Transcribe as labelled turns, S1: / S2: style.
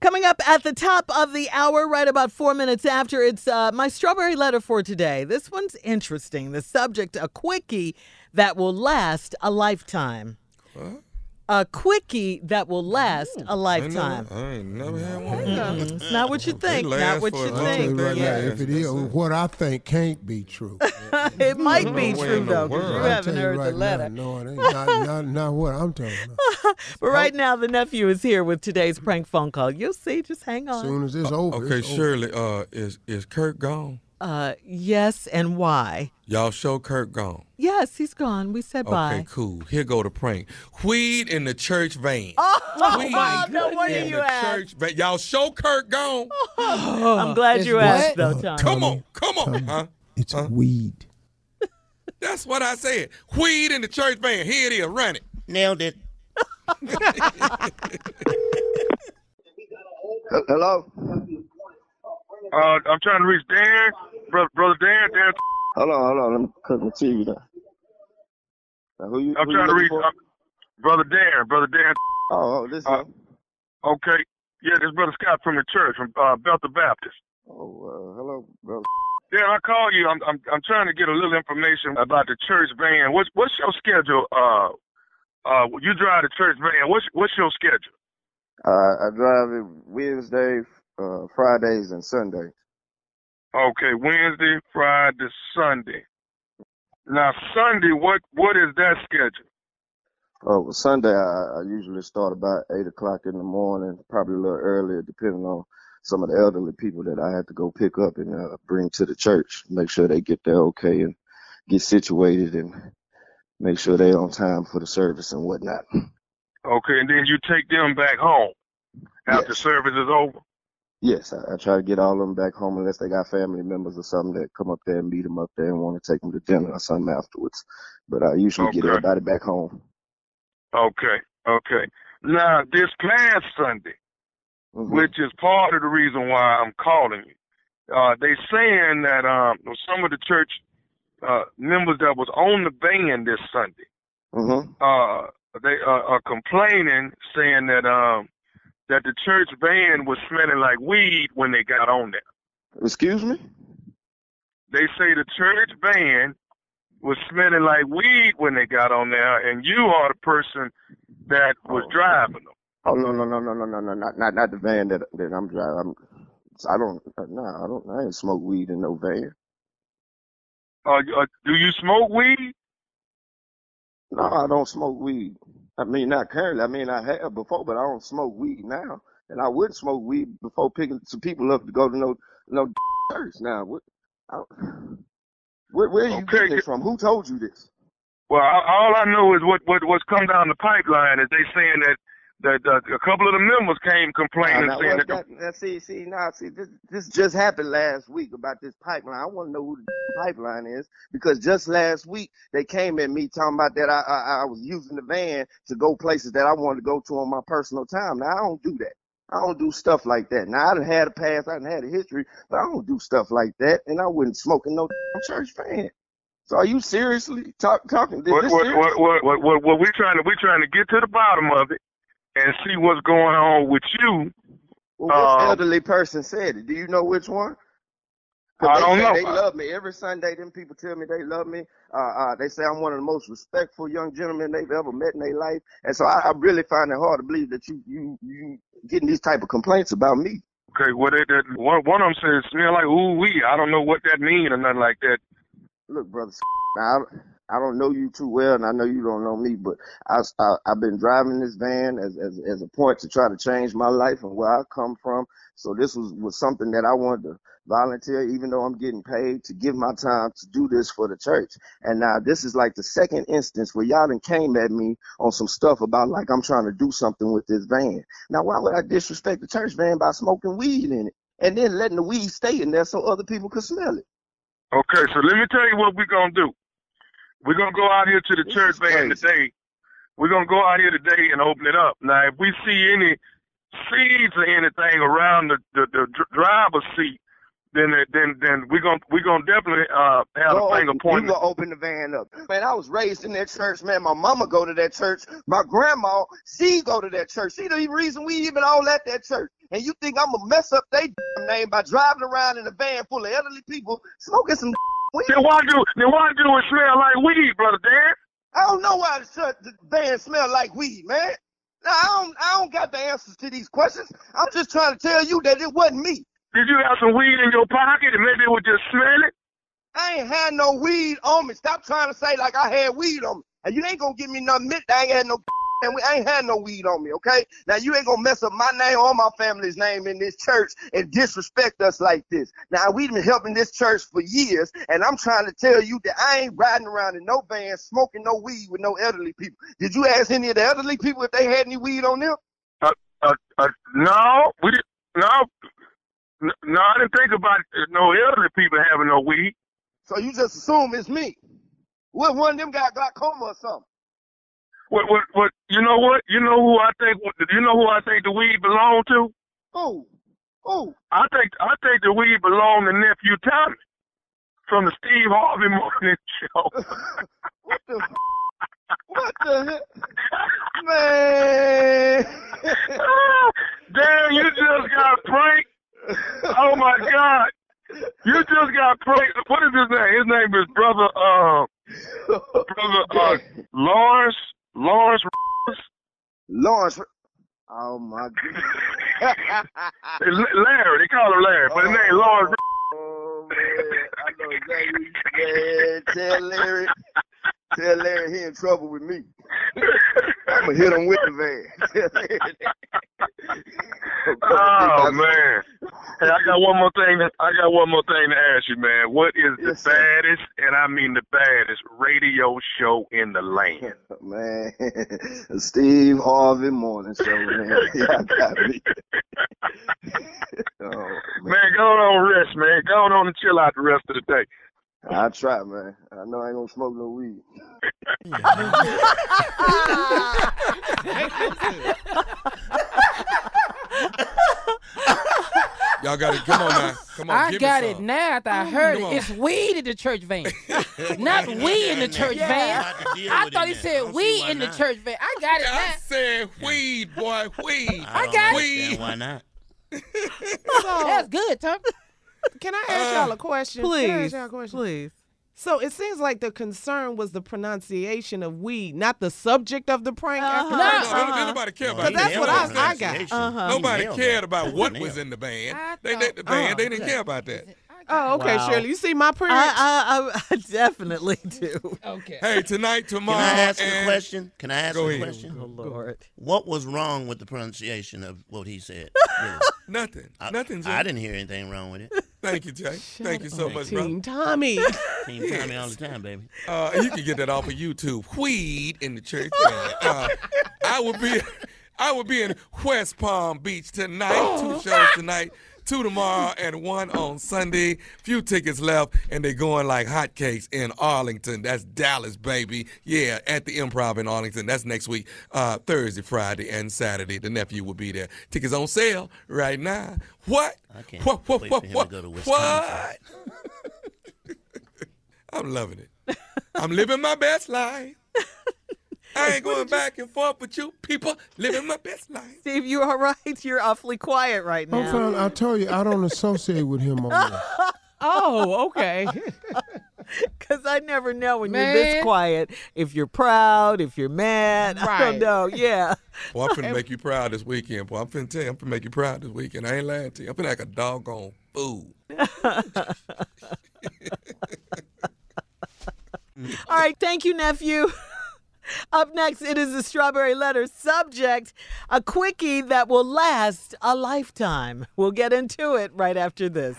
S1: Coming up at the top of the hour, right about four minutes after, it's uh, my strawberry letter for today. This one's interesting. The subject a quickie that will last a lifetime. A quickie that will last a
S2: I ain't never,
S1: lifetime.
S2: I ain't never had one.
S1: It's not what you think. Not
S2: last
S1: what
S2: for
S1: you
S2: as long as
S1: think.
S2: they
S3: Right now,
S2: Yeah.
S3: if it is what I think can't be true,
S1: It might be
S2: way
S1: true
S2: in the
S1: though, 'cause you
S2: world. I
S3: I tell
S1: haven't
S3: you
S1: heard
S3: right
S1: the letter.
S3: now, no, it ain't not, not, not what I'm talking about.
S1: But right now, the nephew is here with today's prank phone call. You'll see. Just hang
S3: As
S1: on.
S3: soon as it's over,
S2: Okay,
S3: it's over.
S2: Shirley, uh, is is Kirk gone?
S1: Uh, yes, and why?
S2: Y'all show Kirk gone.
S1: Yes, he's gone. We said bye.
S2: Okay, cool. Here go the prank. Weed in the church van.
S1: Oh,
S2: Weed
S1: no wonder
S2: in
S1: you
S2: the
S1: asked.
S2: church van. Y'all show Kirk gone.
S1: I'm glad you
S4: It's
S1: asked,
S4: what?
S1: though, Tom.
S2: Come on, come on. Huh?
S3: It's weed.
S2: That's what I said. Weed in the church van. Here it is. Run it.
S4: Nailed it.
S5: Hello?
S6: Uh, I'm trying to reach Dan, brother, brother Dan. Dan,
S5: Hold on, hold on. Let me cut my TV down. Now, who you,
S6: I'm
S5: who you
S6: trying to
S5: looking
S6: reach
S5: for?
S6: uh, brother Dan, brother Dan.
S5: Oh, oh, this is.
S6: uh, Okay, yeah, this brother Scott from the church from uh, Bethel Baptist.
S5: oh, uh, hello, brother.
S6: Dan, I call you. I'm, I'm I'm trying to get a little information about the church van. What's what's your schedule? Uh, uh, you drive the church van. What's what's your schedule?
S5: Uh, I drive it Wednesday, uh, Fridays, and Sunday.
S6: Okay, Wednesday, Friday, Sunday. Now Sunday, what what is that schedule?
S5: Oh, well, Sunday I, I usually start about eight o'clock in the morning, probably a little earlier, depending on some of the elderly people that I have to go pick up and uh, bring to the church. Make sure they get there okay and get situated, and make sure they're on time for the service and whatnot.
S6: Okay, and then you take them back home after
S5: Yes.
S6: service is over.
S5: Yes, I, I try to get all of them back home unless they got family members or something that come up there and meet them up there and want to take them to dinner or something afterwards. But I usually get
S6: Okay.
S5: everybody back home.
S6: Okay, okay. Now, this past Sunday,
S5: Mhm.
S6: which is part of the reason why I'm calling you, uh, they saying that um, some of the church uh, members that was on the van this Sunday,
S5: Mhm.
S6: uh, they uh, are complaining, saying that um, that the church van was smelling like weed when they got on there.
S5: Excuse me?
S6: They say the church van was smelling like weed when they got on there, and you are the person that was
S5: Oh.
S6: driving them.
S5: Oh no no no no no no no not not not the van that that I'm driving. I'm, I don't no I don't I ain't smoke weed in no van.
S6: Uh, uh, do you smoke weed?
S5: No, I don't smoke weed. I mean not currently. I mean I have before, but I don't smoke weed now. And I wouldn't smoke weed before picking some people up to go to no no church. Now what? I, where where you
S6: Okay,
S5: getting
S6: you-
S5: this from? Who told you this?
S6: Well, I- all I know is what what what's come down the pipeline is they saying that that uh, a couple of the members came complaining
S5: Now,
S6: saying
S5: what's
S6: that.
S5: Uh, that, now, see, see, now, see, this, this just happened last week about this pipeline. I want to know who the pipeline is because just last week they came at me talking about that I, I I was using the van to go places that I wanted to go to on my personal time. Now I don't do that. I don't do stuff like that. Now I done had a past, I done had a history, but I don't do stuff like that, and I wouldn't smoke in no church fan. So are you seriously talk, talking? Is
S6: What
S5: this
S6: what,
S5: serious?
S6: what what what what what we trying to we trying to get to the bottom of it and see what's going on with you.
S5: Well, which
S6: Um,
S5: elderly person said it? Do you know which one? 'Cause
S6: I
S5: they
S6: don't
S5: say
S6: know.
S5: They love me every Sunday. Them people tell me they love me. Uh, uh, they say I'm one of the most respectful young gentlemen they've ever met in their life. And so I, I really find it hard to believe that you you you getting these type of complaints about me.
S6: Okay, well they, that one one of them says smell like ooh wee. I don't know what that mean or nothing like that.
S5: Look, brother, now, I, I don't know you too well, and I know you don't know me, but I, I, I've been driving this van as, as, as a point to try to change my life and where I come from. So this was, was something that I wanted to volunteer, even though I'm getting paid, to give my time to do this for the church. And now this is like the second instance where y'all done came at me on some stuff about like I'm trying to do something with this van. Now, why would I disrespect the church van by smoking weed in it and then letting the weed stay in there so other people could smell it?
S6: Okay, so let me tell you what we're gonna do. We're gonna go out here to the
S5: This
S6: church
S5: is
S6: van
S5: crazy.
S6: today. We're gonna go out here today and open it up. Now, if we see any seeds or anything around the the, the dr- driver's seat, then then then we're gonna we're gonna definitely uh have
S5: Go
S6: a thing
S5: open- You
S6: appointment.
S5: gonna open the van up, man. I was raised in that church, man. My mama go to that church. My grandma, she go to that church. She the reason we even all at that church. And you think I'm gonna mess up their name by driving around in a van full of elderly people smoking some weed?
S6: Then why do then why do it smell like weed, brother Dan?
S5: I don't know why the, church, the van smell like weed, man. Now, I don't, I don't got the answers to these questions. I'm just trying to tell you that it wasn't me.
S6: Did you have some weed in your pocket and maybe it would just smell it?
S5: I ain't had no weed on me. Stop trying to say like I had weed on me. And you ain't gonna give me nothing. admit that I ain't had no and we I ain't had no weed on me, okay? Now you ain't gonna mess up my name or my family's name in this church and disrespect us like this. Now we've been helping this church for years, and I'm trying to tell you that I ain't riding around in no van smoking no weed with no elderly people. Did you ask any of the elderly people if they had any weed on them?
S6: Uh, uh, no, we did, no. N- No, I didn't think about uh, no elderly people having no weed.
S5: So you just assume it's me. What one of them got glaucoma or something?
S6: What, what, what? You know what? You know who I think? You know who I think the weed belonged to?
S5: Ooh, ooh.
S6: I think I think the weed belonged to nephew Tommy from the Steve Harvey Morning Show.
S5: what the? What the? heck? Man.
S6: Damn, you just got pranked! Oh my God, you just got pranked. What is his name? His name is brother uh brother uh Lawrence Lawrence.
S5: Lawrence. Oh my god.
S6: Larry, they call him Larry, but his name Lawrence.
S5: Oh man, I know exactly. Man, tell Larry, tell Larry he in trouble with me. I'ma hit him with the van. Tell Larry that.
S6: Oh man! Hey, I got one more thing. To, I got one more thing to ask you, man. What is the
S5: Yes, sir.
S6: baddest, and I mean the baddest, radio show in the land?
S5: Man, Steve Harvey morning show, man. Yeah, I got me. oh, man.
S6: Man, go on rest, man. Go on and chill out the rest of the day.
S5: I try, man. I know I ain't gonna smoke no weed.
S2: Y'all got it. Come on now. Come on.
S4: I
S2: give
S4: got
S2: me
S4: it
S2: some.
S4: now after I heard
S2: Come
S4: it.
S2: on.
S4: It's weed in the church van. Not we in the church van. I thought he said we in the church van. I got it
S2: I
S4: now.
S2: said weed, boy, weed.
S4: I got it.
S2: weed.
S7: Why not?
S4: That's good, Tom.
S8: Can I ask y'all a question? Can I ask
S1: Please,
S8: y'all a question?
S1: please.
S8: So it seems like the concern was the pronunciation of weed, not the subject of the prank. After
S2: No,
S4: No.
S8: that.
S2: no, Nobody cared about that.
S7: Well, he
S8: that's what
S7: nailed
S8: I- I
S7: the
S8: got.
S7: pronunciation.
S1: Uh-huh.
S7: He
S2: Nobody
S7: nailed
S2: cared
S7: it.
S2: about what
S7: Nailed
S2: was
S7: it.
S2: in the band.
S4: I
S2: They,
S4: thought-
S2: they, the band,
S8: Oh,
S2: they didn't care about that.
S8: Oh, okay,
S4: Wow.
S8: Shirley. You see my print?
S1: Uh, I, I, I definitely do.
S4: Okay.
S2: Hey, tonight, tomorrow,
S7: Can I ask you a
S2: and
S7: question? Can I ask
S2: Go
S7: you a
S2: ahead.
S7: question?
S1: Oh, Lord.
S7: What was wrong with the pronunciation of what he said? Really?
S2: nothing,
S7: I,
S2: nothing. Jay.
S7: I didn't hear anything wrong with it.
S2: Thank you, Jay. Thank you so much, bro.
S8: Team Tommy.
S7: Team Tommy all the time, baby.
S2: Uh, you can get that off of YouTube. Weed in the church. band. Uh, I will be, I will be in West Palm Beach tonight. Two shows tonight, two tomorrow, and one on Sunday. Few tickets left, and they're going like hotcakes in Arlington. That's Dallas, baby. Yeah, at the Improv in Arlington. That's next week, uh, Thursday, Friday, and Saturday. The nephew will be there. Tickets on sale right now. What?
S7: I can't
S2: what? What?
S7: wait
S2: What?
S7: for him to
S2: what?
S7: go to
S2: what?
S7: Wisconsin.
S2: I'm loving it. I'm living my best life. I ain't going back and forth with you people. Living my best life.
S1: Steve, you all right? You're awfully quiet right
S3: I'm
S1: now.
S3: fine. I told you I don't associate with him on this.
S8: Oh, okay.
S1: Because I never know when you're this
S4: Man.
S1: quiet if you're proud, if you're mad. I don't
S8: Right.
S1: know. Yeah.
S2: Boy, I'm finna make you proud this weekend, boy. I'm finna tell you, I'm finna make you proud this weekend. I ain't lying to you. I'm finna like a doggone fool.
S1: All right. Thank you, nephew. Up next, it is the strawberry letter subject, a quickie that will last a lifetime. We'll get into it right after this.